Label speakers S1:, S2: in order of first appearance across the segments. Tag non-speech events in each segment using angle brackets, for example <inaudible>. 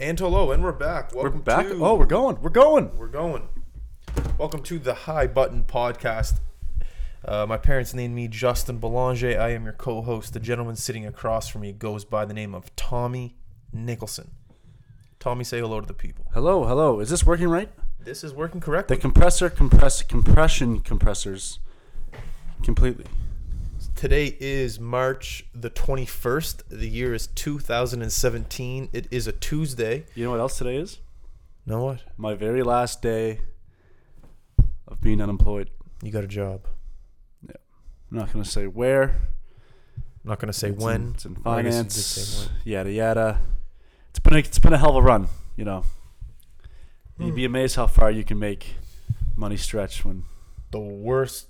S1: And hello, and we're back. Welcome
S2: we're back.
S1: to-
S2: Oh, we're going. We're going.
S1: We're going. Welcome to the High Button Podcast. Uh, my parents named me Justin Belanger. I am your co-host. The gentleman sitting across from me goes by the name of Tommy Nicholson. Tommy, say hello to the people.
S2: Hello, hello. Is this working right?
S1: This is working
S2: The
S1: correctly.
S2: compressor, compress, compression, compressors, completely.
S1: Today is March the 21st. The year is 2017. It is a Tuesday.
S2: You know what else today is?
S1: Know what?
S2: My very last day of being unemployed.
S1: You got a job.
S2: I'm not gonna say where.
S1: I'm not gonna say
S2: It's in-
S1: when.
S2: it's in
S1: I guess you did
S2: finance.
S1: say when.
S2: Yada yada. It's been a, it's been a hell of a run. You know. You'd be amazed how far you can make money stretch when
S1: the worst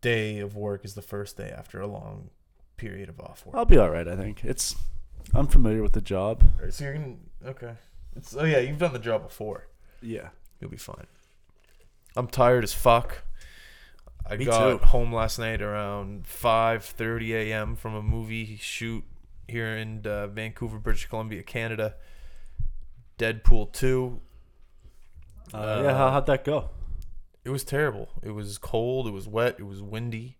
S1: day of work is the first day after a long period of off work.
S2: I'll be all right. I think it's. I'm familiar with the job.
S1: Oh. So you're gonna okay. It's oh yeah, you've done the job before.
S2: Yeah.
S1: You'll be fine. I'm tired as fuck. I
S2: Me
S1: got
S2: too.
S1: home last night around 5:30 a.m. from a movie shoot here in uh, Vancouver, British Columbia, Canada. Deadpool 2.
S2: Uh,
S1: Uh,
S2: yeah. How, how'd that go?
S1: It was terrible. It was cold. It was wet. It was windy.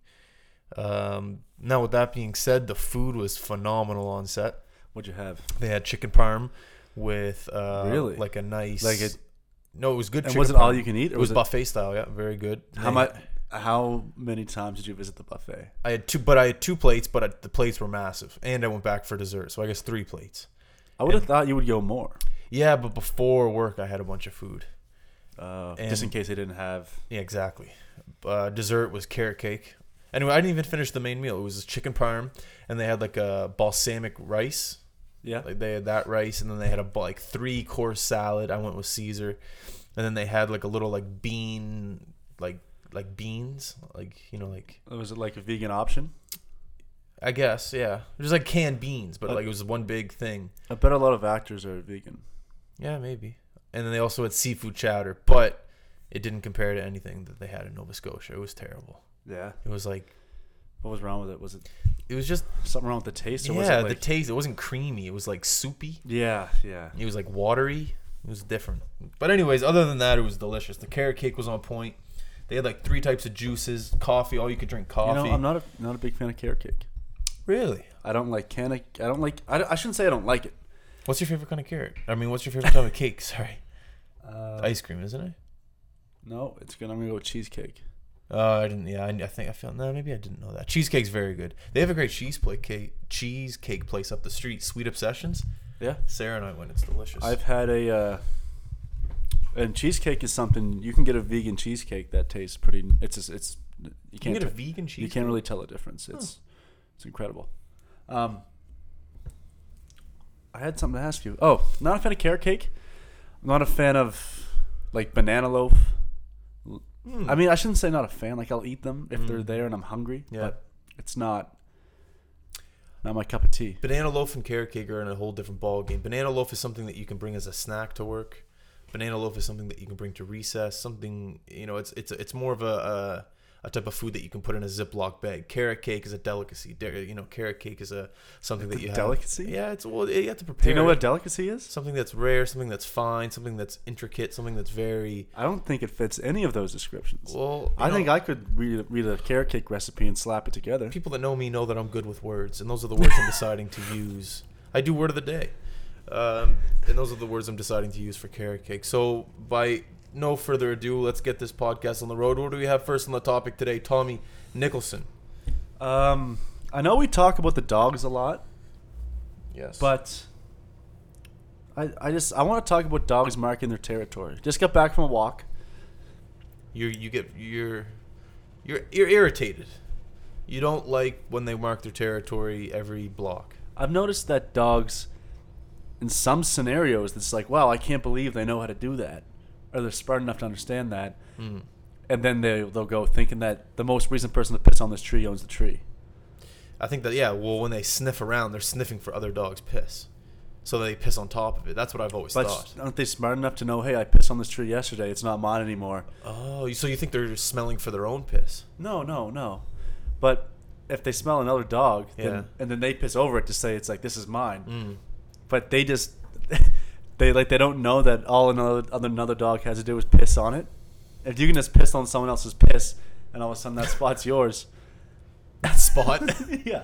S1: Um, now, with that being said, the food was phenomenal on set.
S2: What'd you have?
S1: They had chicken parm with uh,
S2: Really?
S1: like a nice
S2: Like it-
S1: No, it was good.
S2: And
S1: chicken
S2: was it all
S1: parm.
S2: you can eat? Or
S1: It was, buffet style. Yeah, very good.
S2: How
S1: They-
S2: much? How many times did you visit the buffet?
S1: I had two, but I had two plates, but I, the plates were massive, and I went back for dessert, so I guess three plates.
S2: I would have thought you would go more,
S1: Yeah, but before work, I had a bunch of food.
S2: uh,
S1: And-
S2: just in case they didn't have.
S1: Yeah, exactly. Uh, dessert was carrot cake. Anyway, I didn't even finish the main meal. It was this chicken parm, and they had like a balsamic rice.
S2: Yeah.
S1: Like they had that rice, and then they had a bu- like three course salad. I went with Caesar, and then they had like a little like bean, like like beans, like you know, like
S2: was it like a vegan option?
S1: I guess yeah, it was like canned beans, but
S2: Uh,
S1: like it was one big thing.
S2: I bet a lot of actors are vegan.
S1: Yeah, maybe. And then they also had seafood chowder, but it didn't compare to anything that they had in Nova Scotia. It was terrible.
S2: Yeah.
S1: It was like
S2: What was wrong with it? Was it
S1: it was just
S2: something wrong with the taste? Or was
S1: yeah,
S2: it like,
S1: the taste. It wasn't creamy. It was like soupy.
S2: yeah, yeah.
S1: It was like watery. It was different. But anyways, other than that, it was delicious. The carrot cake was on point. They had like three types of juices, coffee. All you could drink coffee.
S2: You know, I'm not a not a big fan of carrot cake.
S1: really.
S2: I don't like can I, I don't like. I, don't- I shouldn't say I don't like it.
S1: What's your favorite kind of carrot? I mean, what's your favorite type of cake? <laughs> Sorry,
S2: Uh,
S1: ice cream, isn't it?
S2: no, it's good. I'm gonna go with cheesecake.
S1: Uh, I didn't. Yeah, I, I think I feel. No, maybe I didn't know that. Cheesecake's very good. They have a great cheese plate cake, cheesecake place up the street, Sweet Obsessions.
S2: Yeah.
S1: Sarah and I went. It's delicious.
S2: I've had a, uh, and cheesecake is something you can get a vegan cheesecake that tastes pretty. It's just, it's you
S1: you
S2: can't
S1: can get a
S2: t-
S1: vegan cheese.
S2: you can't really tell the difference. It's it's incredible. Um, I had something to ask you. Oh, not a fan of carrot cake. I'm not a fan of like banana loaf.
S1: Hmm.
S2: I mean, I shouldn't say not a fan. Like I'll eat them if
S1: Mm.
S2: they're there and I'm hungry.
S1: Yeah.
S2: But it's not not my cup of tea.
S1: Banana loaf and carrot cake are in a whole different ball game. Banana loaf is something that you can bring as a snack to work. Banana loaf is something that you can bring to recess. Something you know, it's it's it's more of a a, a type of food that you can put in a Ziploc bag. Carrot cake is a delicacy. Dar- You know, carrot cake is a something that you have.
S2: delicacy?
S1: Yeah, it's well, you have to prepare.
S2: Do you know what a delicacy is?
S1: something that's rare, something that's fine, something that's intricate, something that's very
S2: I don't think it fits any of those descriptions.
S1: well.
S2: I think I could read, read a carrot cake recipe and slap it together.
S1: people that know me know that I'm good with words, and those are the words I'm deciding to use. I do word of the day, um, and those are the words I'm deciding to use for carrot cake. So, by no further ado, let's get this podcast on the road. What do we have first on the topic today? Tommy Nicholson.
S2: Um, I know we talk about the dogs a lot,
S1: Yes,
S2: but I, I just I want to talk about dogs marking their territory. Just got back from a walk.
S1: you you get you're you're you're irritated. You don't like when they mark their territory every block.
S2: I've noticed that dogs, in some scenarios, it's like, wow, I can't believe they know how to do that, or they're smart enough to understand that.
S1: Mm.
S2: And then they they'll go thinking that the most recent person that pissed on this tree owns the tree.
S1: I think that yeah, well, when they sniff around, they're sniffing for other dogs' piss, so they piss on top of it. That's what I've always
S2: But
S1: thought.
S2: aren't they smart enough to know, hey, I pissed on this tree yesterday. It's not mine anymore.
S1: Oh, so you think they're just smelling for their own piss?
S2: No, no, no. But if they smell another dog, then,
S1: Yeah.
S2: and then they piss over it to say it's like this is mine,
S1: Mm.
S2: but they just <laughs> they like they don't know that all another other- another dog has to do is piss on it. If you can just piss on someone else's piss, and all of a sudden that
S1: <laughs>
S2: spot's yours.
S1: That spot?
S2: <laughs> yeah,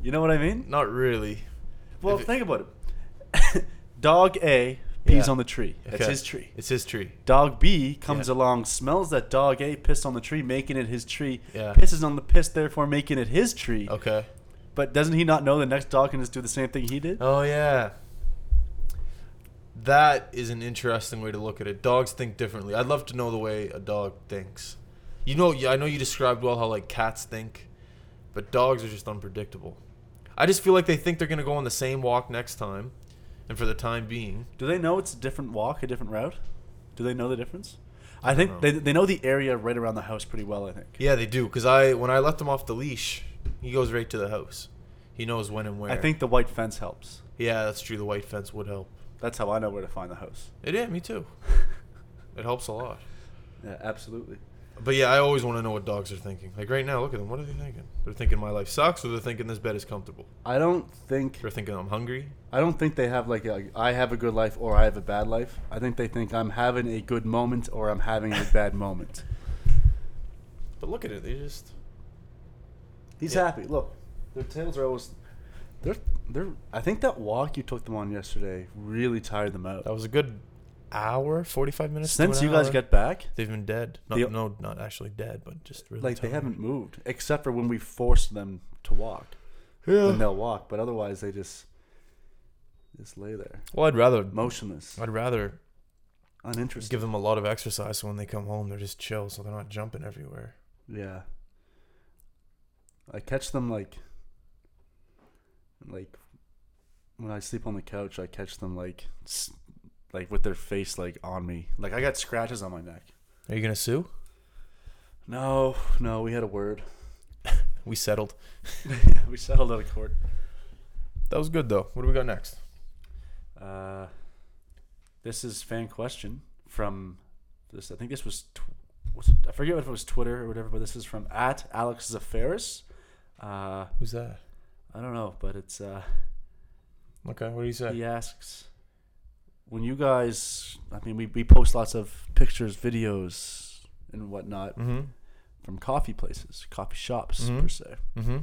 S2: you know what I mean.
S1: Not really.
S2: Well,
S1: If it-
S2: think about it. <laughs> dog A pees
S1: Yeah.
S2: on the tree. That's
S1: Okay.
S2: his tree.
S1: It's his tree.
S2: Dog B comes
S1: Yeah.
S2: along, smells that dog A pissed on the tree, making it his tree.
S1: Yeah. Oh.
S2: Pisses on the piss, therefore making it his tree.
S1: Okay.
S2: But doesn't he not know the next dog can just do the same thing he did?
S1: Oh yeah. That is an interesting way to look at it. Dogs think differently. I'd love to know the way a dog thinks. You know, yeah, I know you described well how like cats think, but dogs are just unpredictable. I just feel like they think they're gonna go on the same walk next time, and for the time being,
S2: Do they know it's a different walk, a different route? Do they know the difference? I think
S1: know.
S2: they, they know the area right around the house pretty well, I think.
S1: yeah, they do. Cause I when I left him off the leash, he goes right to the house. He knows when and where.
S2: I think the white fence helps.
S1: Yeah, that's true. The white fence would help.
S2: That's how I know where to find the
S1: <laughs>
S2: house.
S1: It yeah, me too. It helps a lot.
S2: Yeah, absolutely.
S1: But yeah, I always want to know what dogs are thinking. Like right now, look at them. What are they thinking? They're thinking my life sucks, or they're thinking this bed is comfortable.
S2: I don't think
S1: They're thinking I'm hungry.
S2: I don't think they have like a, I have a good life or I have a bad life. I think they think I'm having a good moment or I'm having a bad <laughs> moment.
S1: But look at it. They just
S2: He's
S1: Yeah.
S2: happy. Look, their tails are always. They're they're. I think that walk you took them on yesterday really tired them out.
S1: that was a good hour, forty five minutes. to
S2: Since
S1: an
S2: you guys
S1: hour.
S2: got back,
S1: they've been dead. Not,
S2: The-
S1: no, not actually dead, but just really
S2: like they
S1: tired.
S2: haven't moved except for when we forced them to walk. Then
S1: Yeah.
S2: they'll walk, but otherwise they just just lay there,
S1: Well, I'd rather
S2: motionless,
S1: I'd rather
S2: uninterested.
S1: give them a lot of exercise so when they come home they're just chill, so they're not jumping everywhere.
S2: Yeah. I catch them like like when I sleep on the couch, I catch them like s- like with their face like on me. Like I got scratches on my neck.
S1: Are you gonna sue?
S2: No, no, we had a word.
S1: We settled.
S2: <laughs> we settled out of court.
S1: That was good though. What do we got next?
S2: Uh, this is fan question from this. I think this was, tw- was it, I forget if it was Twitter or whatever, but this is from at Alex Zafaris. Uh,
S1: Who's that?
S2: I don't know, but it's uh,
S1: Okay, what do you say?
S2: he asks when you guys. I mean, we we post lots of pictures, videos, and whatnot
S1: Mm-hmm.
S2: from coffee places, coffee shops
S1: Mhm.
S2: per se.
S1: Mm-hmm.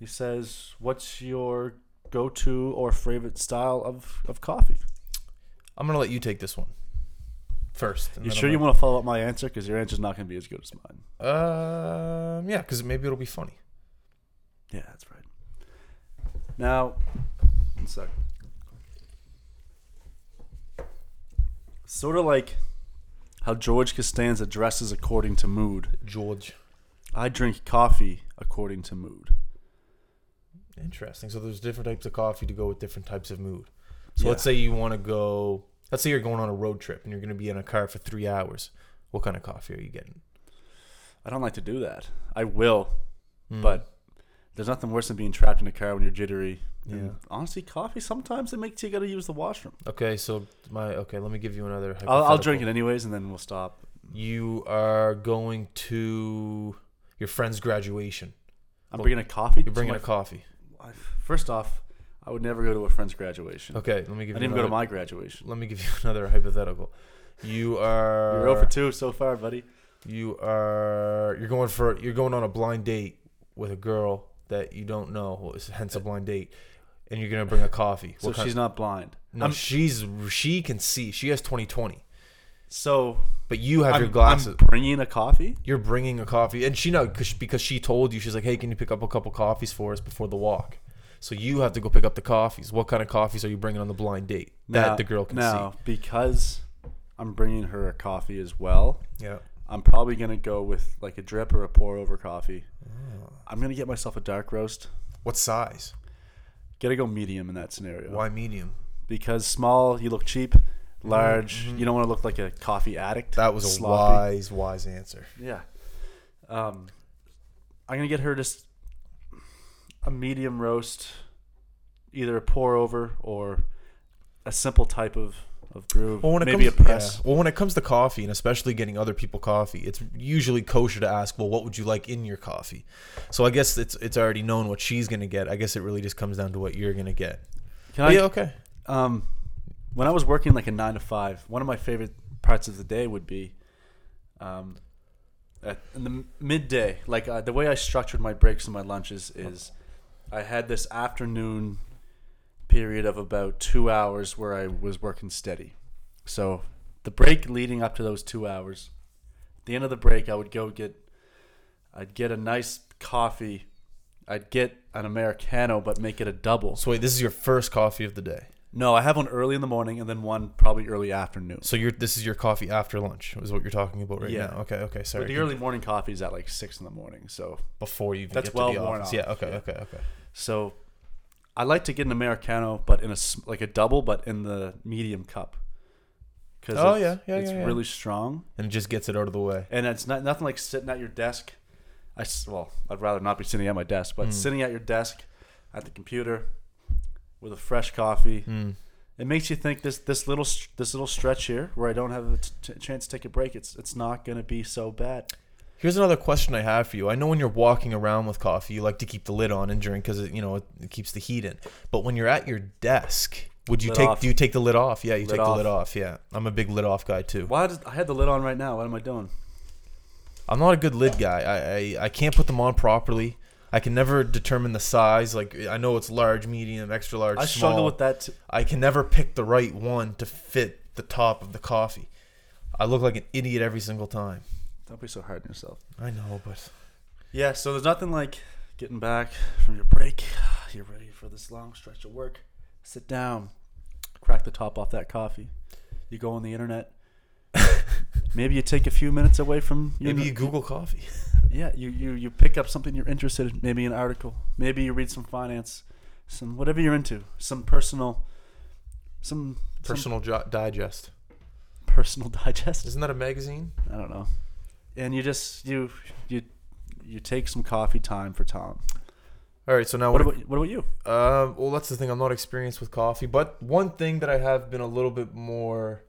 S2: He says, "What's your go-to or favorite style of of coffee?"
S1: I'm gonna let you take this one first. and
S2: You
S1: then
S2: sure
S1: I'm
S2: you
S1: gonna-
S2: want to follow up my answer? Because your answer's not going to be as good as mine.
S1: Um, yeah, because maybe it'll be funny.
S2: Yeah, that's right. Now, one sec. Sort of like how George Costanza dresses according to mood.
S1: George,
S2: I drink coffee according to mood.
S1: interesting. So there's different types of coffee to go with different types of mood. So
S2: Yeah.
S1: let's say you want to go. Let's say you're going on a road trip and you're going to be in a car for three hours. What kind of coffee are you getting?
S2: I don't like to do that. I will,
S1: Mm.
S2: but there's nothing worse than being trapped in a car when you're jittery. And
S1: Yeah.
S2: honestly, coffee sometimes it makes you got to use the washroom.
S1: okay, so my okay, let me give you another.
S2: I'll, I'll
S1: hypothetical.
S2: drink it anyways, and then we'll stop.
S1: You are going to your friend's graduation.
S2: I'm
S1: Well,
S2: bringing a coffee.
S1: You're bringing
S2: to
S1: a coffee.
S2: my, First off, I would never go to a friend's graduation.
S1: Okay, let me
S2: I
S1: give.
S2: didn't
S1: you
S2: even go to
S1: another-
S2: my graduation.
S1: Let me give you <laughs> another hypothetical. You are.
S2: You're 0 for 2 so far, buddy.
S1: you are you're going for you're going on a blind date with a girl that you don't know hence a blind date and you're gonna bring a coffee
S2: Uh, So
S1: What kind-
S2: she's not blind.
S1: no,
S2: I'm-
S1: she's she can see she has 2020
S2: So
S1: but you have
S2: I'm,
S1: your glasses
S2: I'm bringing a coffee.
S1: you're bringing a coffee and she know cause, because she told you she's like hey can you pick up a couple coffees for us before the walk so you have to go pick up the coffees what kind of coffees are you bringing on the blind date that the girl can
S2: now, because I'm bringing her a coffee as well,
S1: see yeah
S2: I'm probably going to go with like a drip or a pour over coffee.
S1: Oh.
S2: I'm going to get myself a dark roast.
S1: what size
S2: Got to go medium in that scenario.
S1: why medium
S2: Because small, you look cheap. Large, you don't want to look like a coffee addict.
S1: Mm-hmm. that was a
S2: Sloppy.
S1: wise wise answer
S2: Yeah. Um, I'm gonna get her just a medium roast, either a pour over or a simple type of of brew.
S1: Well, when it
S2: maybe
S1: comes,
S2: a press.
S1: yeah. Well, when it comes to coffee, and especially getting other people coffee, it's usually kosher to ask, "Well, what would you like in your coffee?" So I guess it's it's already known what she's gonna get. I guess it really just comes down to what you're gonna get. But
S2: Can I?
S1: yeah, okay.
S2: Um, when I was working like a nine to five, one of my favorite parts of the day would be, um, at, in the m- midday. Like uh, the way I structured my breaks and my lunches is, I had this afternoon period of about two hours where I was working steady. So the break leading up to those two hours, at the end of the break, I would go get, I'd get a nice coffee. I'd get an americano, but make it a double.
S1: So wait, this is your first coffee of the day.
S2: No, I have one early in the morning and then one probably early afternoon.
S1: So you're this is your coffee after lunch is what you're talking about right
S2: Yeah.
S1: now. Okay, okay, sorry.
S2: But the early morning coffee is at like six in the morning. So,
S1: before you even get
S2: That's
S1: to
S2: well
S1: the
S2: worn
S1: office.
S2: off,
S1: Yeah, okay,
S2: yeah.
S1: okay, okay.
S2: so I like to get an americano, but in a s- like a double, but in the medium cup. Cause
S1: Oh,
S2: it's,
S1: yeah, yeah,
S2: it's
S1: yeah, yeah.
S2: really strong,
S1: And it just gets it out of the way.
S2: and it's not nothing like sitting at your desk. I s- well, I'd rather not be sitting at my desk, but
S1: Mm.
S2: sitting at your desk at the computer with a fresh coffee.
S1: Mm.
S2: It makes you think this this little st- this little stretch here where I don't have a t- t- chance to take a break. It's it's not gonna be so bad.
S1: Here's another question I have for you. I know when you're walking around with coffee, you like to keep the lid on and drink because it, you know, it, it keeps the heat in. But when you're at your desk, would you
S2: Lid
S1: take
S2: off.
S1: do you take the lid off? Yeah, you take
S2: Lid
S1: the
S2: off.
S1: lid off. Yeah, I'm a big lid off guy too.
S2: Why does, I had the lid on right now? What am I doing?
S1: I'm not a good lid guy. I, I, I can't put them on properly. I can never determine the size. Like I know it's large, medium, extra large,
S2: I
S1: small.
S2: struggle with that. T-
S1: I can never pick the right one to fit the top of the coffee. I look like an idiot every single time.
S2: Don't be so hard on yourself.
S1: I know, but
S2: Yeah. So there's nothing like getting back from your break. <sighs> You're ready for this long stretch of work. Sit down, crack the top off that coffee. You go on the <laughs> internet. Maybe you take a few minutes away from your
S1: maybe you Google coffee.
S2: yeah. You, you you pick up something you're interested in. Maybe an article. Maybe you read some finance, some whatever you're into. Some personal, some some
S1: Personal jo- Digest.
S2: personal <laughs> digest.
S1: Isn't that a magazine?
S2: I don't know. And you just you you you take some coffee time for Tom.
S1: All right, so now
S2: What
S1: what?
S2: about what about you?
S1: um, well, that's the thing. I'm not experienced with coffee, but one thing that I have been a little bit more.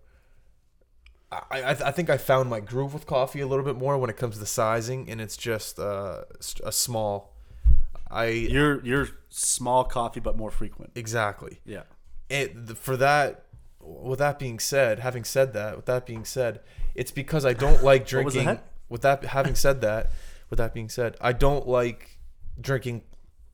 S1: I, I, I think I found my groove with coffee a little bit more when it comes to sizing, and it's just uh, s- a small. I
S2: You're you're small coffee but more frequent.
S1: exactly.
S2: Yeah.
S1: it th- for that with that being said having said that with that being said it's because i don't like
S2: <laughs> What was
S1: drinking
S2: that?
S1: with that having said that with that being said i don't like drinking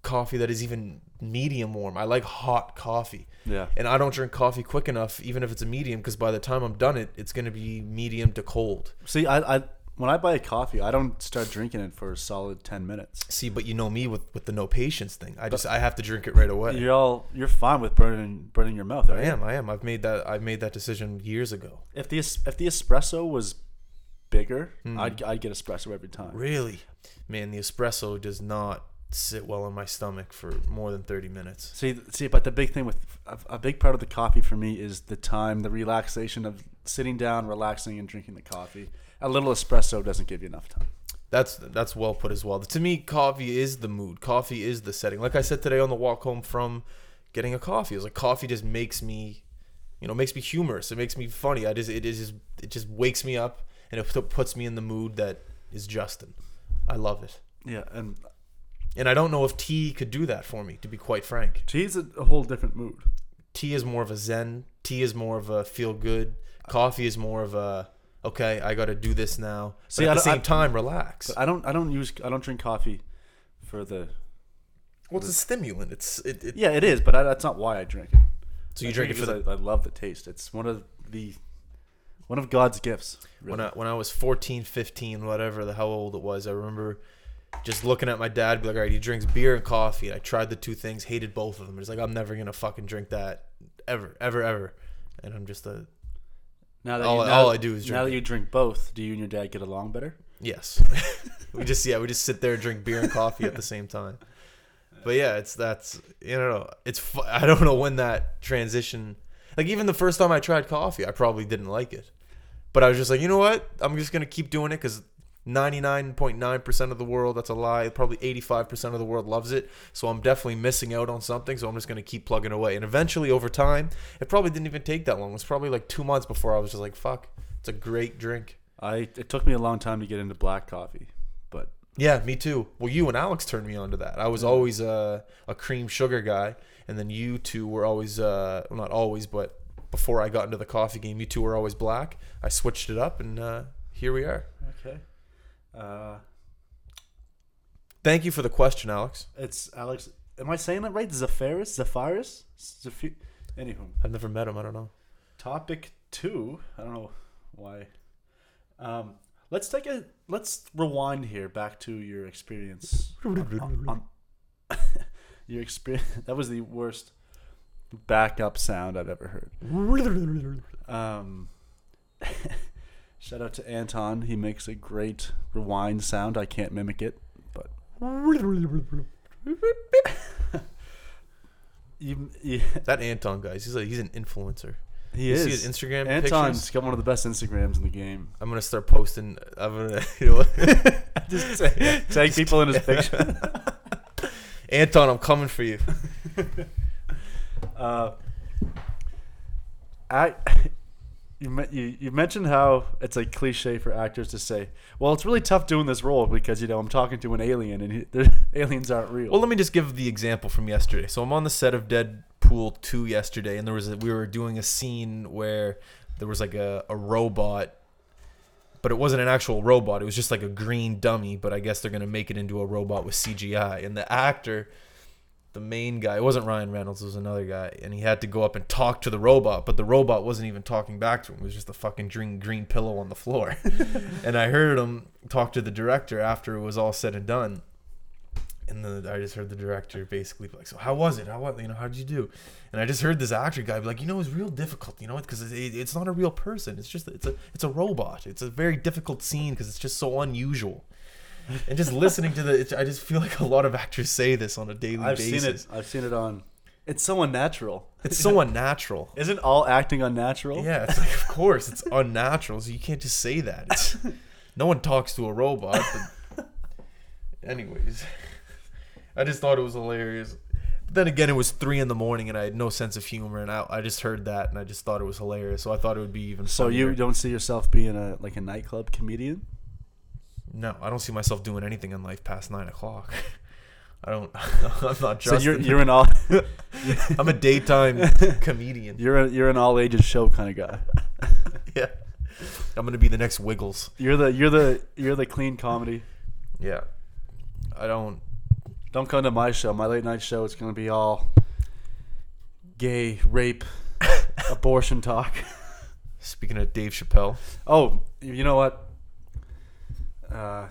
S1: coffee that is even medium warm i like hot coffee
S2: Yeah.
S1: and i don't drink coffee quick enough even if it's a medium because by the time i'm done it it's going to be medium to cold
S2: See, I I when I buy a coffee, I don't start drinking it for a solid 10 minutes.
S1: see but you know me with with the no patience thing i just i have to drink it right away
S2: You're all you're fine with burning burning your mouth,
S1: i
S2: right?
S1: am i am i've made that i've made that decision years ago
S2: If the es- if the espresso was bigger, I'd I'd get espresso every time.
S1: Really? Man, the espresso does not sit well in my stomach for more than 30 minutes.
S2: See, see, but the big thing with a, a big part of the coffee for me is the time, the relaxation of sitting down, relaxing, and drinking the coffee. A little espresso doesn't give you enough time.
S1: That's that's well put as well. To me, coffee is the mood. Coffee is the setting. Like I said today on the walk home from getting a coffee, it was like coffee just makes me, you know, makes me humorous. It makes me funny. I just it is just it just wakes me up and it put- puts me in the mood that is Justin. I love it.
S2: Yeah, and
S1: And I don't know if tea could do that for me, to be quite frank.
S2: tea's a, a whole different mood.
S1: tea is more of a zen tea is more of a feel good coffee is more of a okay i gotta do this now but
S2: See,
S1: at
S2: I
S1: the
S2: don't-
S1: same
S2: I-
S1: time relax
S2: But I don't, I don't use, I don't drink coffee for the.
S1: well it's a stimulant it's it, it
S2: Yeah, it is, but I, that's not why I drink it.
S1: so you
S2: I
S1: drink it for the
S2: because I, I love the taste. It's one of the, one of God's gifts.
S1: when i when i was 14 15 whatever the how old it was i remember just looking at my dad be like all right he drinks beer and coffee and i tried the two things hated both of them it's like i'm never gonna fucking drink that ever ever ever and i'm just a
S2: now that
S1: all I-
S2: you, now,
S1: all I do is
S2: now
S1: drink
S2: that you drink both, do you and your dad get along better?
S1: Yes. we just yeah, we just sit there and drink beer and coffee at the same time. But yeah, it's that's you know it's fu- I don't know when that transition like even the first time I tried coffee, I probably didn't like it. But I was just like, you know what? I'm just gonna keep doing it because 99.9% of the world that's a lie probably 85% of the world loves it so i'm definitely missing out on something so i'm just going to keep plugging away and eventually over time it probably didn't even take that long it was probably like two months before i was just like fuck it's a great drink
S2: I it took me a long time to get into black coffee, but Mm-hmm.
S1: Yeah, me too. Well, you and Alex turned me on to that. I was always a, a uh, cream sugar guy, and then you two were always uh, well, not always, but before I got into the coffee game, you two were always black. I switched it up, and uh, here we are.
S2: Okay. Uh,
S1: Thank you for the question, Alex.
S2: it's Alex. Am I saying that right? Zephyrus? Zephyrus? Zephy- Anywho.
S1: I've never met him. I don't
S2: <laughs>
S1: know.
S2: topic two i don't know why um, let's take a let's rewind here back to your experience on- <laughs> on- your experience <laughs> that was the worst backup sound i've ever heard um, <laughs> shout out to anton he makes a great rewind sound i can't mimic it but you, you,
S1: That Anton guy, he's like, he's an influencer.
S2: <laughs> he
S1: you
S2: is
S1: see his Instagram
S2: anton's
S1: pictures.
S2: got one of the best instagrams in the game
S1: I'm gonna start posting. I'm gonna <laughs> you know,
S2: <laughs> just take, take
S1: <laughs>
S2: people in his picture.
S1: Anton, I'm coming for you.
S2: Uh, I, <laughs> you, men- you you mentioned how it's a cliche for actors to say, "Well, it's really tough doing this role because you know I'm talking to an alien and he, <laughs> they're- aliens aren't real."
S1: Well, let me just give the example from yesterday. So I'm on the set of Deadpool 2 yesterday, and there was a, we were doing a scene where there was like a, a robot, but it wasn't an actual robot. It was just like a green dummy, but I guess they're gonna make it into a robot with CGI. And the actor, the main guy, it wasn't Ryan Reynolds, it was another guy, and he had to go up and talk to the robot, but the robot wasn't even talking back to him. It was just a fucking green green pillow on the floor. <laughs> and I heard him talk to the director after it was all said and done and then I just heard the director basically be like, "So how was it? How what you know? How did you do?" And I just heard this actor guy be like, "You know, it's real difficult, you know, because it, it, it's not a real person. It's just it's a it's a robot. It's a very difficult scene because it's just so unusual." And just listening to the, it, I just feel like a lot of actors say this on a daily
S2: I've
S1: basis.
S2: seen it. I've seen it on. It's
S1: <laughs>
S2: so unnatural.
S1: It's so unnatural.
S2: Isn't all acting
S1: <laughs>
S2: unnatural?
S1: Yeah, it's like, of course, it's unnatural. So you can't just say that. It's, no one talks to a robot. But <laughs> anyways, I just thought it was hilarious. Then again, it was three in the morning, and I had no sense of humor, and I, I just heard that, and I just thought it was hilarious. So I thought it would be even.
S2: So you
S1: funnier.
S2: don't see yourself being a like a nightclub comedian?
S1: no, I don't see myself doing anything in life past nine o'clock. <laughs> I don't. <laughs> I'm not
S2: So
S1: Justin.
S2: you're you're an all
S1: <laughs>
S2: <laughs>
S1: I'm a daytime comedian.
S2: you're a, you're an all ages show kind of guy. <laughs>
S1: Yeah, I'm gonna be the next Wiggles.
S2: You're the you're the you're the clean comedy.
S1: Yeah, I don't.
S2: Don't come to my show. My late night show is going to be all gay, rape,
S1: <laughs>
S2: abortion talk.
S1: Speaking of Dave Chappelle.
S2: Oh, you know what? Uh,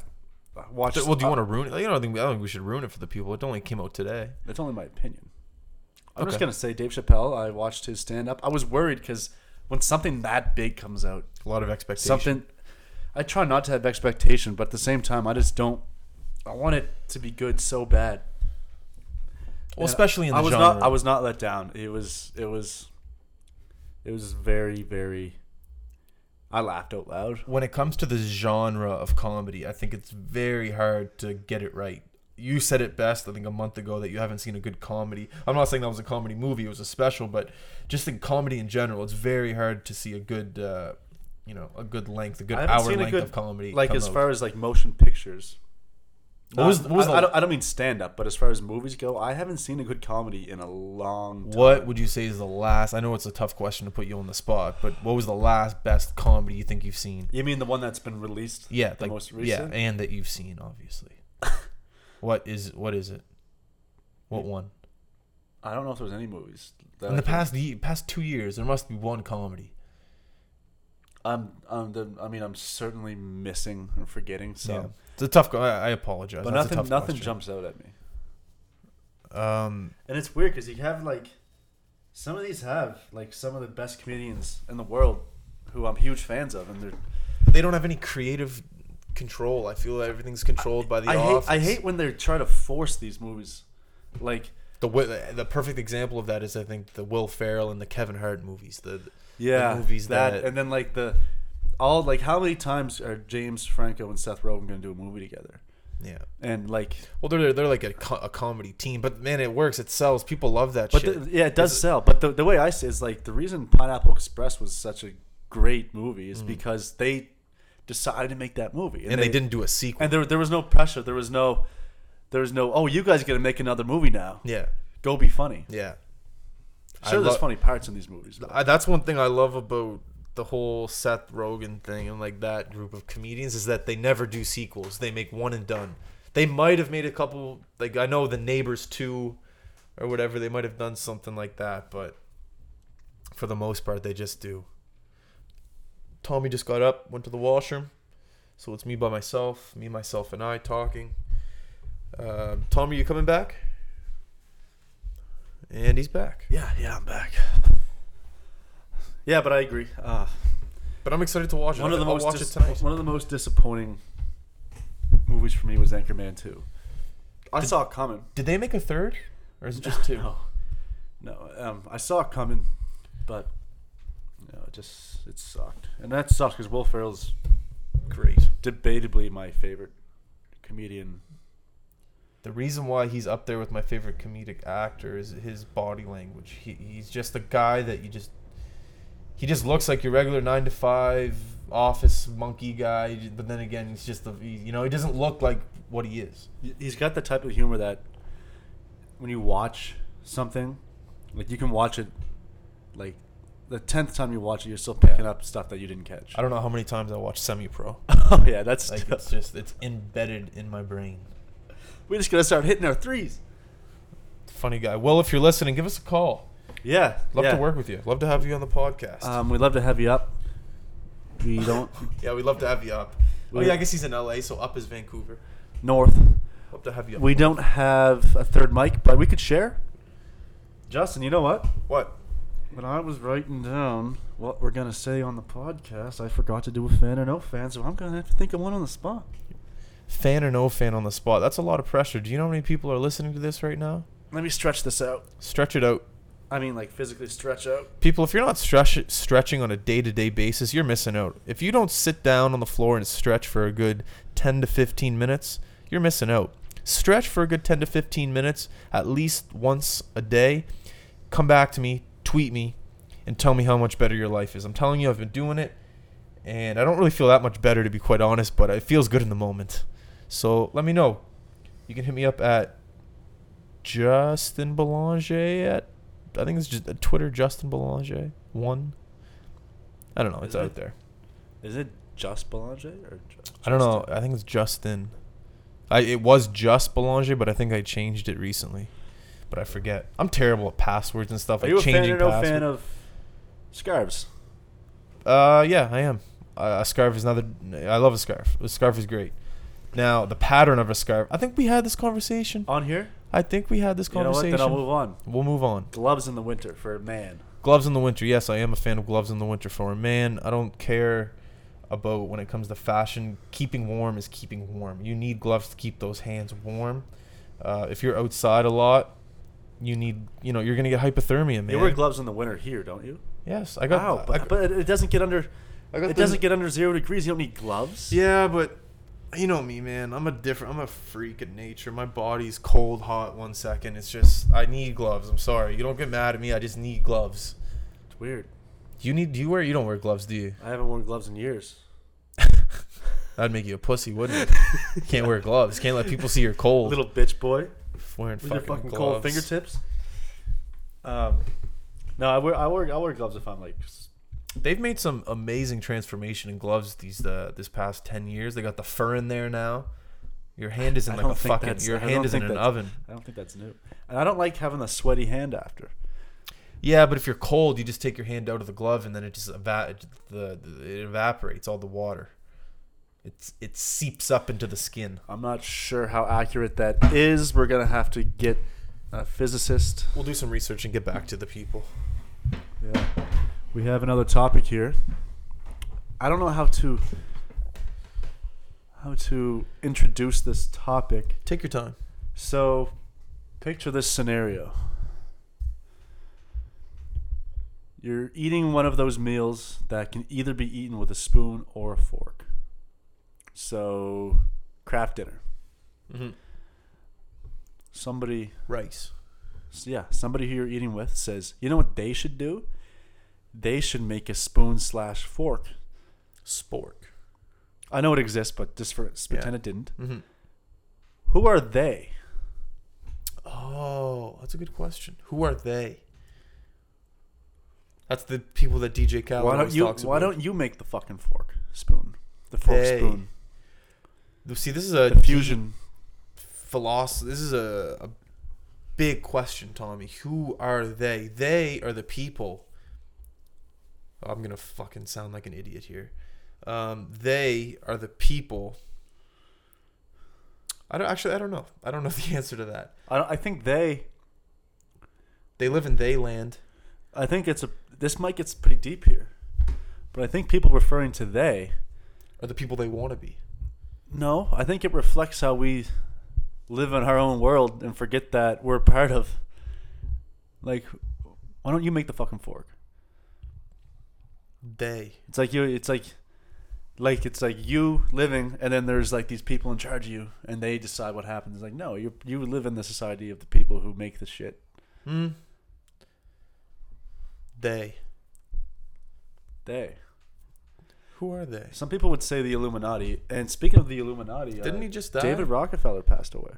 S2: watch.
S1: well, do you want to ruin it? Like, I don't think I don't think we should ruin it for the people. It only came out today.
S2: to? That's only my opinion. I'm just
S1: Okay.
S2: going to say Dave Chappelle. I watched his stand up. I was worried because when something that big comes out,
S1: A lot of expectations.
S2: something. I try not to have expectation, but at the same time, I just don't. I want it to be good so bad.
S1: well,
S2: And
S1: especially in the
S2: I was
S1: genre.
S2: not I was not let down. It was it was it was very very I laughed out loud.
S1: when it comes to the genre of comedy, I think it's very hard to get it right. You said it best, I think, a month ago that you haven't seen a good comedy. I'm not saying that was a comedy movie; it was a special, but just in comedy in general, it's very hard to see a good, uh, you know, a good length, a good
S2: I haven't
S1: hour
S2: seen a
S1: length
S2: good-
S1: of comedy.
S2: Like
S1: come
S2: as
S1: out.
S2: far as like motion pictures.
S1: What was- what was
S2: I,
S1: the-
S2: I, don't, I don't mean stand up, but as far as movies go, I haven't seen a good comedy in a long time.
S1: What would you say is the last? I know it's a tough question to put you on the spot, but what was the last best comedy you think you've seen?
S2: You mean the one that's been released?
S1: Yeah,
S2: the
S1: like,
S2: most
S1: Yeah,
S2: recent?
S1: and that you've seen, obviously.
S2: <laughs>
S1: what is what is it? What one?
S2: I don't know if there was any movies. That
S1: In the
S2: I can-
S1: past ye past two years, there must be one comedy.
S2: I'm, I'm the, I mean, I'm certainly missing or forgetting
S1: So
S2: some,
S1: yeah. it's a tough. co- I, I apologize,
S2: but
S1: That's a
S2: nothing,
S1: tough
S2: nothing
S1: question.
S2: jumps out at me.
S1: Um,
S2: And it's weird because you have like some of these have like some of the best comedians in the world who I'm huge fans of, and they're.
S1: they don't have any creative control. I feel that everything's controlled by the
S2: I hate,
S1: office.
S2: I hate when they try to force these movies, like
S1: the wi- the perfect example of that is I think the Will Ferrell and the Kevin Hart movies. The
S2: yeah,
S1: movies that-
S2: and then like the all like how many times are James Franco and Seth Rogen gonna do a movie together?
S1: yeah.
S2: And like,
S1: Well, they're they're like a, co- a comedy team, but man, it works. It sells. People love that
S2: but
S1: shit.
S2: the, yeah, it does sell. But the, the way I see it is like the reason Pineapple Express was such a great movie is because they decided to make that movie,
S1: and they, didn't do a sequel.
S2: and there, there was no pressure. There was no, there was no. Oh, you guys gonna make another movie now?
S1: yeah,
S2: Go be funny.
S1: yeah.
S2: Sure, there's
S1: lo-
S2: funny parts in these movies. but-
S1: I, that's one thing I love about the whole Seth Rogen thing and like that group of comedians is that they never do sequels. They make one and done. They might have made a couple like I know the Neighbors 2 or whatever they might have done something like that, but for the most part they just do. Tommy just got up, went to the washroom. So it's me by myself, me myself and I talking. Um, Tommy, you coming back? And he's back.
S2: Yeah, yeah, I'm back. Yeah, but I agree. Uh,
S1: But I'm excited to watch it.
S2: one of the
S1: I'll
S2: most
S1: watch
S2: dis-
S1: it tonight.
S2: one of the most disappointing movies for me was Anchorman Two. I
S1: Did-
S2: saw it coming.
S1: Did they make a third, or is it <laughs> just two?
S2: No, no, um, I saw it coming, but you know, it just it sucked, and that sucks because Will Ferrell's
S1: Great.
S2: debatably my favorite comedian.
S1: The reason why he's up there with my favorite comedic actor is his body language. He, he's just a guy that you just. He just looks like your regular nine to five office monkey guy, but then again, he's just the he- you know he doesn't look like what he is.
S2: He's got the type of humor that when you watch something, like you can watch it, like the tenth time you watch it, you're still picking
S1: Yeah.
S2: up stuff that you didn't catch.
S1: I don't know how many times I watched Semi <laughs> Pro.
S2: <laughs> oh yeah, that's
S1: Like it's just it's embedded in my brain.
S2: we're just gonna start hitting our threes.
S1: Funny guy. Well, if you're listening, give us a call.
S2: Yeah,
S1: Love
S2: yeah.
S1: to work with you. Love to have you on the podcast.
S2: Um, we'd love to have you up. We don't
S1: yeah, we'd love to have you up. Oh yeah, I guess he's in LA, so up is Vancouver.
S2: north.
S1: Love to have you. Up.
S2: We don't have a third mic, but we could share. Justin, you know what?
S1: What?
S2: When I was writing down what we're gonna say on the podcast, I forgot to do a fan or no fan, so I'm gonna have to think of one on the spot.
S1: Fan or no fan on the spot? That's a lot of pressure. Do you know how many people are listening to this right now?
S2: Let me stretch this out.
S1: Stretch it out.
S2: I mean, like physically stretch out.
S1: People, if you're not stretch, stretching on a day to day basis, you're missing out. If you don't sit down on the floor and stretch for a good 10 to 15 minutes, you're missing out. Stretch for a good 10 to 15 minutes at least once a day. Come back to me, tweet me, and tell me how much better your life is. I'm telling you, I've been doing it, and I don't really feel that much better, to be quite honest, but it feels good in the moment. So let me know. You can hit me up at Justin Belanger at I think it's just uh, Twitter Justin Belanger one. I don't know. It's
S2: Is it?
S1: out there.
S2: Is it just Belanger or? Just
S1: I don't know. I think it's Justin. I it was just Belanger, but I think I changed it recently. But I forget. I'm terrible at passwords and stuff.
S2: Are
S1: like
S2: you a fan
S1: changing
S2: or no
S1: password-
S2: fan of scarves?
S1: Uh, yeah, I am. Uh, a scarf is another. I love a scarf. A scarf is great. Now the pattern of a scarf. I think we had this conversation.
S2: On here?
S1: I think we had this
S2: You know what?
S1: conversation.
S2: Then I'll move on.
S1: We'll move on.
S2: Gloves in the winter for a man.
S1: Gloves in the winter. Yes, I am a fan of gloves in the winter for a man. I don't care about when it comes to fashion. Keeping warm is keeping warm. You need gloves to keep those hands warm. Uh, if you're outside a lot, you need you know you're gonna get hypothermia, man.
S2: You wear gloves in the winter here, don't you?
S1: Yes, I got.
S2: Wow,
S1: I
S2: but,
S1: got-
S2: but it- it doesn't get under.
S1: I got
S2: It
S1: the-
S2: doesn't get under zero degrees. You don't need gloves.
S1: Yeah, but you know me, man. I'm a different. I'm a freak of nature. My body's cold, hot. One second, it's just I need gloves. I'm sorry. You don't get mad at me. I just need gloves.
S2: it's weird.
S1: You need? Do you wear? You don't wear gloves, do you?
S2: I haven't worn gloves in years.
S1: That'd make you a pussy, wouldn't it? Can't wear gloves. Can't let people see you're cold.
S2: Little bitch boy
S1: wearing
S2: with
S1: fucking,
S2: your fucking
S1: gloves.
S2: cold fingertips. Um, no, I wear I wear I wear gloves if I'm like. s-
S1: They've made some amazing transformation in gloves these uh, this past ten years. They got the fur in there now. Your hand is in
S2: I
S1: like a
S2: don't think
S1: fucking.
S2: that's-
S1: Your
S2: I don't
S1: hand is in
S2: think
S1: an
S2: that's-
S1: oven.
S2: I don't think that's new, and I don't like having a sweaty hand after.
S1: Yeah, but if you're cold, you just take your hand out of the glove, and then it just eva- the, the it evaporates all the water. It's it seeps up into the skin.
S2: I'm not sure how accurate that is. We're gonna have to get a physicist.
S1: We'll do some research and get back to the people.
S2: Yeah. We have another topic here. I don't know how to how to introduce this topic.
S1: Take your time.
S2: So, picture this scenario. You're eating one of those meals that can either be eaten with a spoon or a fork. So, craft dinner.
S1: Mm-hmm.
S2: Somebody
S1: Rice.
S2: So yeah, somebody who you're eating with says, you know what they should do? They should make a spoon slash fork.
S1: Spork.
S2: I know it exists, but just for just
S1: Yeah.
S2: pretend it didn't.
S1: Mm-hmm.
S2: Who are they?
S1: Oh, that's a good question. Who are they? That's the people that DJ Khaled
S2: why don't
S1: always
S2: you
S1: talks
S2: Why
S1: about.
S2: don't you make the fucking fork spoon? The fork
S1: They-
S2: spoon.
S1: See, this is a
S2: The fusion.
S1: philosophy. This is a, a big question, Tommy. Who are they? They are the people. Oh, I'm gonna fucking sound like an idiot here. Um, they are the people. I don't actually. I don't know. I don't know the <laughs> answer to that.
S2: I, don't, I think they.
S1: They live in they land.
S2: I think it's a. This might get pretty deep here, but I think people referring to they.
S1: Are the people they want to be?
S2: No, I think it reflects how we live in our own world and forget that we're part of. Like, why don't you make the fucking fork?
S1: They.
S2: It's like you. It's like, like it's like you living, and then there's like these people in charge of you, and they decide what happens. It's like no, you you live in the society of the people who make the shit.
S1: Hmm. They.
S2: They.
S1: Who are they?
S2: Some people would say the Illuminati. And speaking of the Illuminati,
S1: Didn't he just die?
S2: David Rockefeller passed away.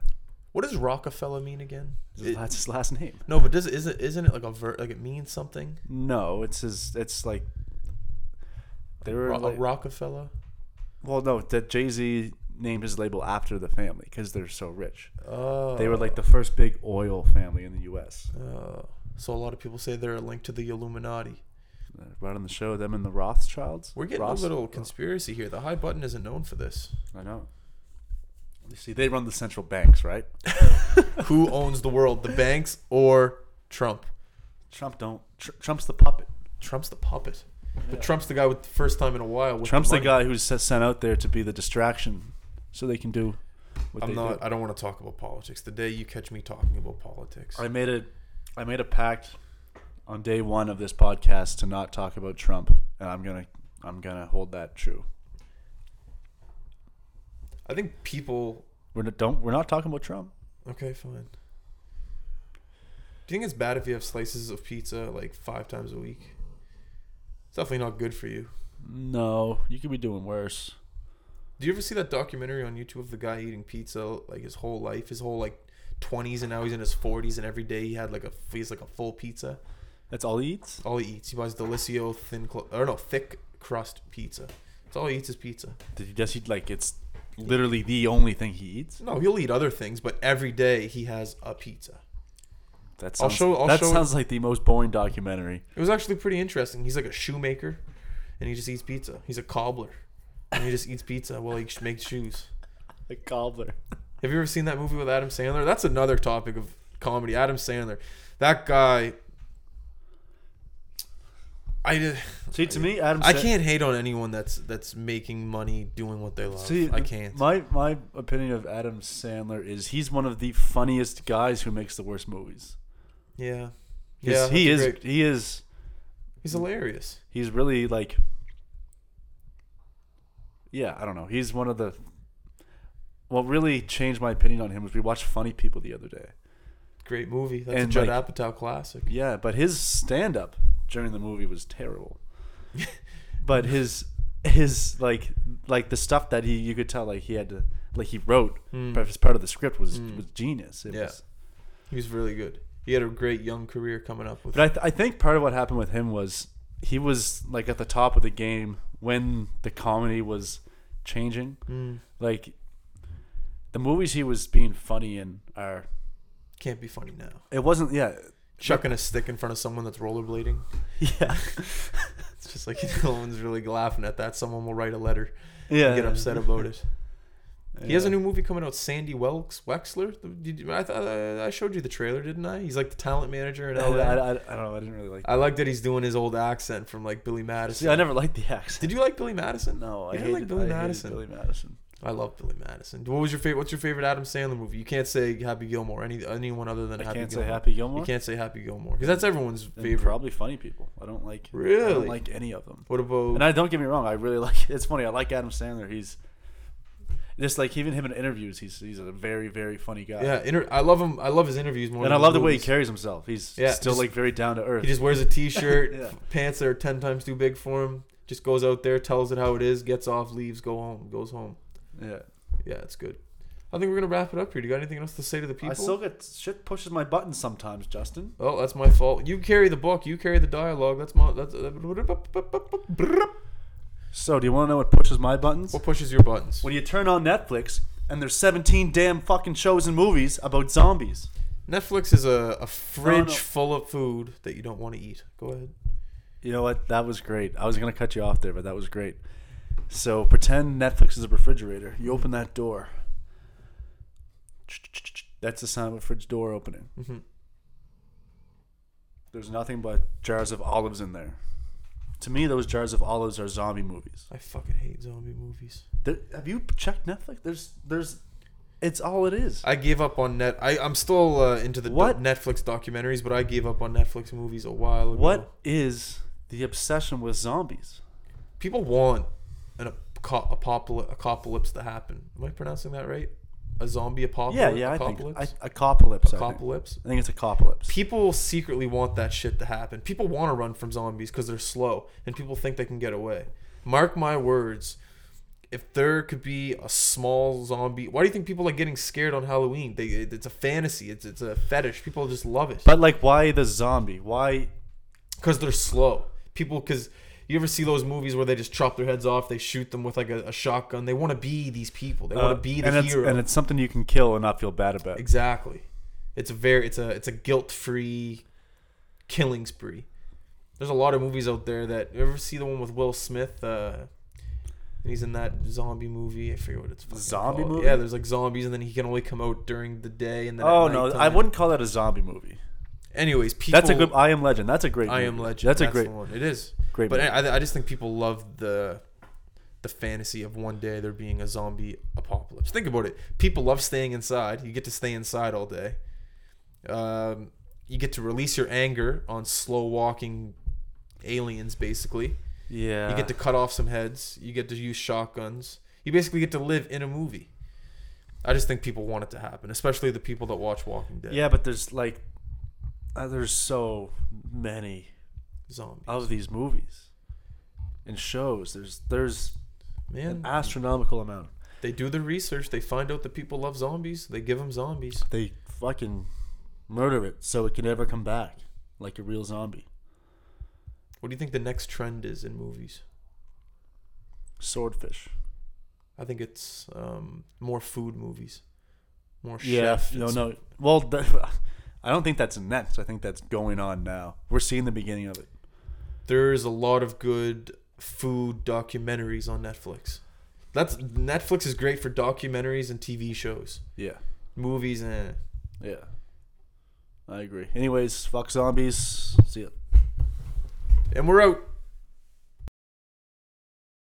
S1: What does Rockefeller mean again?
S2: That's
S1: It-
S2: his last name.
S1: no, but does isn't isn't it like a ver- like it means something?
S2: No, it's his. It's like they were.
S1: Ro-
S2: like-
S1: Rockefeller.
S2: well, no, that Jay Z named his label after the family because they're so rich.
S1: Oh.
S2: They were like the first big oil family in the U.S.
S1: Oh. so a lot of people say they're linked to the Illuminati.
S2: Uh, Right on the show, them and the Rothschilds.
S1: We're getting
S2: Roths-
S1: a little conspiracy here. The high button isn't known for this.
S2: I know. You see, they run the central banks, right?
S1: Who <laughs> owns the world, the banks or Trump?
S2: Trump don't. Tr- Trump's the puppet.
S1: Trump's the puppet. But Trump's the guy with the first time in a while. With
S2: Trump's the
S1: money.
S2: guy who's s- sent out there to be the distraction, so they can do. What
S1: I'm
S2: they do.
S1: not. I don't want to talk about politics. The day you catch me talking about politics,
S2: I made a I made a pact on day one of this podcast to not talk about Trump, and I'm gonna I'm gonna hold that true.
S1: I think people.
S2: We're not, don't we're not talking about Trump.
S1: Okay, fine. Do you think it's bad if you have slices of pizza like five times a week? It's definitely not good for you.
S2: No, you could be doing worse.
S1: Do you ever see that documentary on YouTube of the guy eating pizza like his whole life, his whole like twenties, and now he's in his forties, and every day he had like a he's like a full pizza.
S2: That's all he eats.
S1: It's all he eats. He buys Delicio thin cl- or no thick crust pizza. It's all he eats is pizza.
S2: Did he does he like it's literally the only thing he eats?
S1: No, he'll eat other things, but every day he has a pizza.
S2: That
S1: I'll
S2: sounds,
S1: show- I'll
S2: that
S1: show-
S2: sounds like the most boring documentary.
S1: It was actually pretty interesting. He's like a shoemaker, and he just eats pizza. He's a cobbler, and he just eats pizza while he sh- makes shoes.
S2: The cobbler.
S1: Have you ever seen that movie with Adam Sandler? That's another topic of comedy. Adam Sandler, that guy. I did.
S2: See, to me, Adam.
S1: I
S2: Sa-
S1: can't hate on anyone that's that's making money doing what they love.
S2: See,
S1: I can't.
S2: My my opinion of Adam Sandler is he's one of the funniest guys who makes the worst movies.
S1: yeah, yeah.
S2: Yeah, he
S1: that's
S2: is.
S1: great.
S2: He is.
S1: He's hilarious.
S2: he's really like yeah i don't know he's one of the what really changed my opinion on him was we watched funny people the other day
S1: Great movie. That's a
S2: And,
S1: Judd
S2: like-
S1: Apatow classic.
S2: yeah but his stand-up during the movie was terrible but his his like like the stuff that he you could tell like he had to like he wrote
S1: Mm.
S2: but as part of the script was
S1: Mm.
S2: was genius it
S1: Yeah.
S2: was,
S1: He was really good. He had a great young career coming up with.
S2: But I, th- I think part of what happened with him was he was like at the top of the game when the comedy was changing.
S1: Mm.
S2: Like the movies he was being funny in are
S1: Can't be funny now.
S2: it wasn't yeah
S1: Chucking a stick in front of someone that's rollerblading.
S2: <laughs> yeah
S1: It's just like <laughs> no one's really laughing at that. Someone will write a letter
S2: yeah
S1: and get upset about it.
S2: Yeah.
S1: He has a new movie coming out, Sandy Welks Wexler. The- did you- I, thought- I I showed you the trailer, didn't I? He's like the talent manager
S2: I,
S1: and all
S2: Oh, I,
S1: that.
S2: I, I don't know I didn't really like
S1: I like that he's doing his old accent from like Billy Madison.
S2: see I never liked the accent
S1: Did you like Billy Madison?
S2: no I
S1: You
S2: hated,
S1: didn't like Billy
S2: I hated
S1: Madison.
S2: Billy Madison
S1: I love Billy Madison. What was your favorite? What's your favorite Adam Sandler movie? You can't say Happy Gilmore. Any anyone other than
S2: I
S1: Happy
S2: can't
S1: Gilmore.
S2: say Happy Gilmore
S1: You can't say Happy Gilmore because that's everyone's
S2: And
S1: favorite.
S2: probably funny people I don't like I
S1: Really?
S2: don't like any of them
S1: What about?
S2: And I don't get me wrong, I really <laughs> like. It's funny. I like Adam Sandler. He's just like even him in interviews. He's he's a very very funny guy.
S1: yeah, inter- I love him. I love his interviews more.
S2: And I
S1: than his
S2: love the way he
S1: movies.
S2: carries himself. He's
S1: Yeah,
S2: still
S1: just-
S2: like very down to earth.
S1: He just wears a t-shirt,
S2: <laughs> Yeah.
S1: pants that are ten times too big for him. Just goes out there, tells it how it is, gets off, leaves, go home, goes home.
S2: yeah.
S1: Yeah, it's good. I I think we're gonna wrap it up here. Do you got anything else to say to the people?
S2: I still get shit pushes my buttons sometimes, Justin.
S1: Oh, that's my fault. You carry the book. You carry the dialogue. That's my. That's. uh, What
S2: So, do you want to know what pushes my buttons?
S1: pushes your buttons?
S2: When you turn on Netflix and there's 17 damn fucking shows and movies about zombies.
S1: Netflix is a, a fridge
S2: no.
S1: full of food that you don't want to eat. Go ahead.
S2: You know what? That was great. I was going to cut you off there, but that was great. So, pretend Netflix is a refrigerator. You open that door. That's the sound of a fridge door opening.
S1: Mhm.
S2: There's nothing but jars of olives in there. To me, those jars of olives are zombie movies.
S1: I fucking hate zombie movies.
S2: There, have you checked Netflix? There's, there's, it's all it is.
S1: I gave up on net. I, I'm still uh, into the do-
S2: What?
S1: Netflix documentaries, but I gave up on Netflix movies a while ago.
S2: What is the obsession with zombies?
S1: people want an apo- apocalypse, apocalypse to happen? Am I pronouncing that right? A zombie apocalypse.
S2: Yeah, yeah, I think
S1: apocalypse?
S2: I, acopalypse. I think.
S1: apocalypse.
S2: I think it's acopalypse.
S1: People secretly want that shit to happen. People want to run from zombies because they're slow, and people think they can get away. Mark my words. If there could be a small zombie, why do you think people are getting scared on Halloween? They, it's a fantasy. It's it's a fetish. People just love it.
S2: But like, why the zombie? Why?
S1: because they're slow. People, because you ever see those movies where they just chop their heads off, they shoot them with like a, a shotgun. They want to be these people. They
S2: uh,
S1: want to be the
S2: and it's,
S1: hero.
S2: And it's something you can kill and not feel bad about.
S1: exactly. It's a very it's a it's a guilt free killing spree. There's a lot of movies out there that you ever see the one with Will Smith. Uh, and he's in that zombie movie. I forget what it's fucking
S2: Zombie
S1: called.
S2: movie?
S1: Yeah, there's like zombies, and then he can only come out during the day. And then at
S2: Oh no, I
S1: nighttime.
S2: wouldn't call that a zombie movie.
S1: Anyways, people.
S2: That's a good. I am Legend. That's a great.
S1: I
S2: movie.
S1: am Legend.
S2: That's a great,
S1: the one. It is.
S2: great.
S1: But
S2: movie.
S1: I, I just think people love the the fantasy of one day there being a zombie apocalypse. Think about it. People love staying inside. You get to stay inside all day. Um, you get to release your anger on slow walking aliens. Basically,
S2: yeah.
S1: you get to cut off some heads. You get to use shotguns. You basically get to live in a movie. I just think people want it to happen, especially the people that watch Walking Dead.
S2: yeah, but there's like, uh, there's so many
S1: zombie
S2: of these movies and shows. There's there's an
S1: man.
S2: astronomical amount.
S1: They do the research. They find out that people love zombies. They give them zombies.
S2: They fucking murder it so it can never come back, like a real zombie.
S1: What do you think the next trend is in movies?
S2: Swordfish.
S1: I think it's um, more food movies, more
S2: Yeah,
S1: chef.
S2: no,
S1: It's-
S2: no. Well, the, <laughs> I don't think that's next. I think that's going on now. We're seeing the beginning of it.
S1: There's a lot of good food documentaries on Netflix. That's Netflix is great for documentaries and TV shows,
S2: Yeah,
S1: movies. Eh.
S2: yeah. I agree. Anyways, fuck zombies. See ya.
S1: And we're out.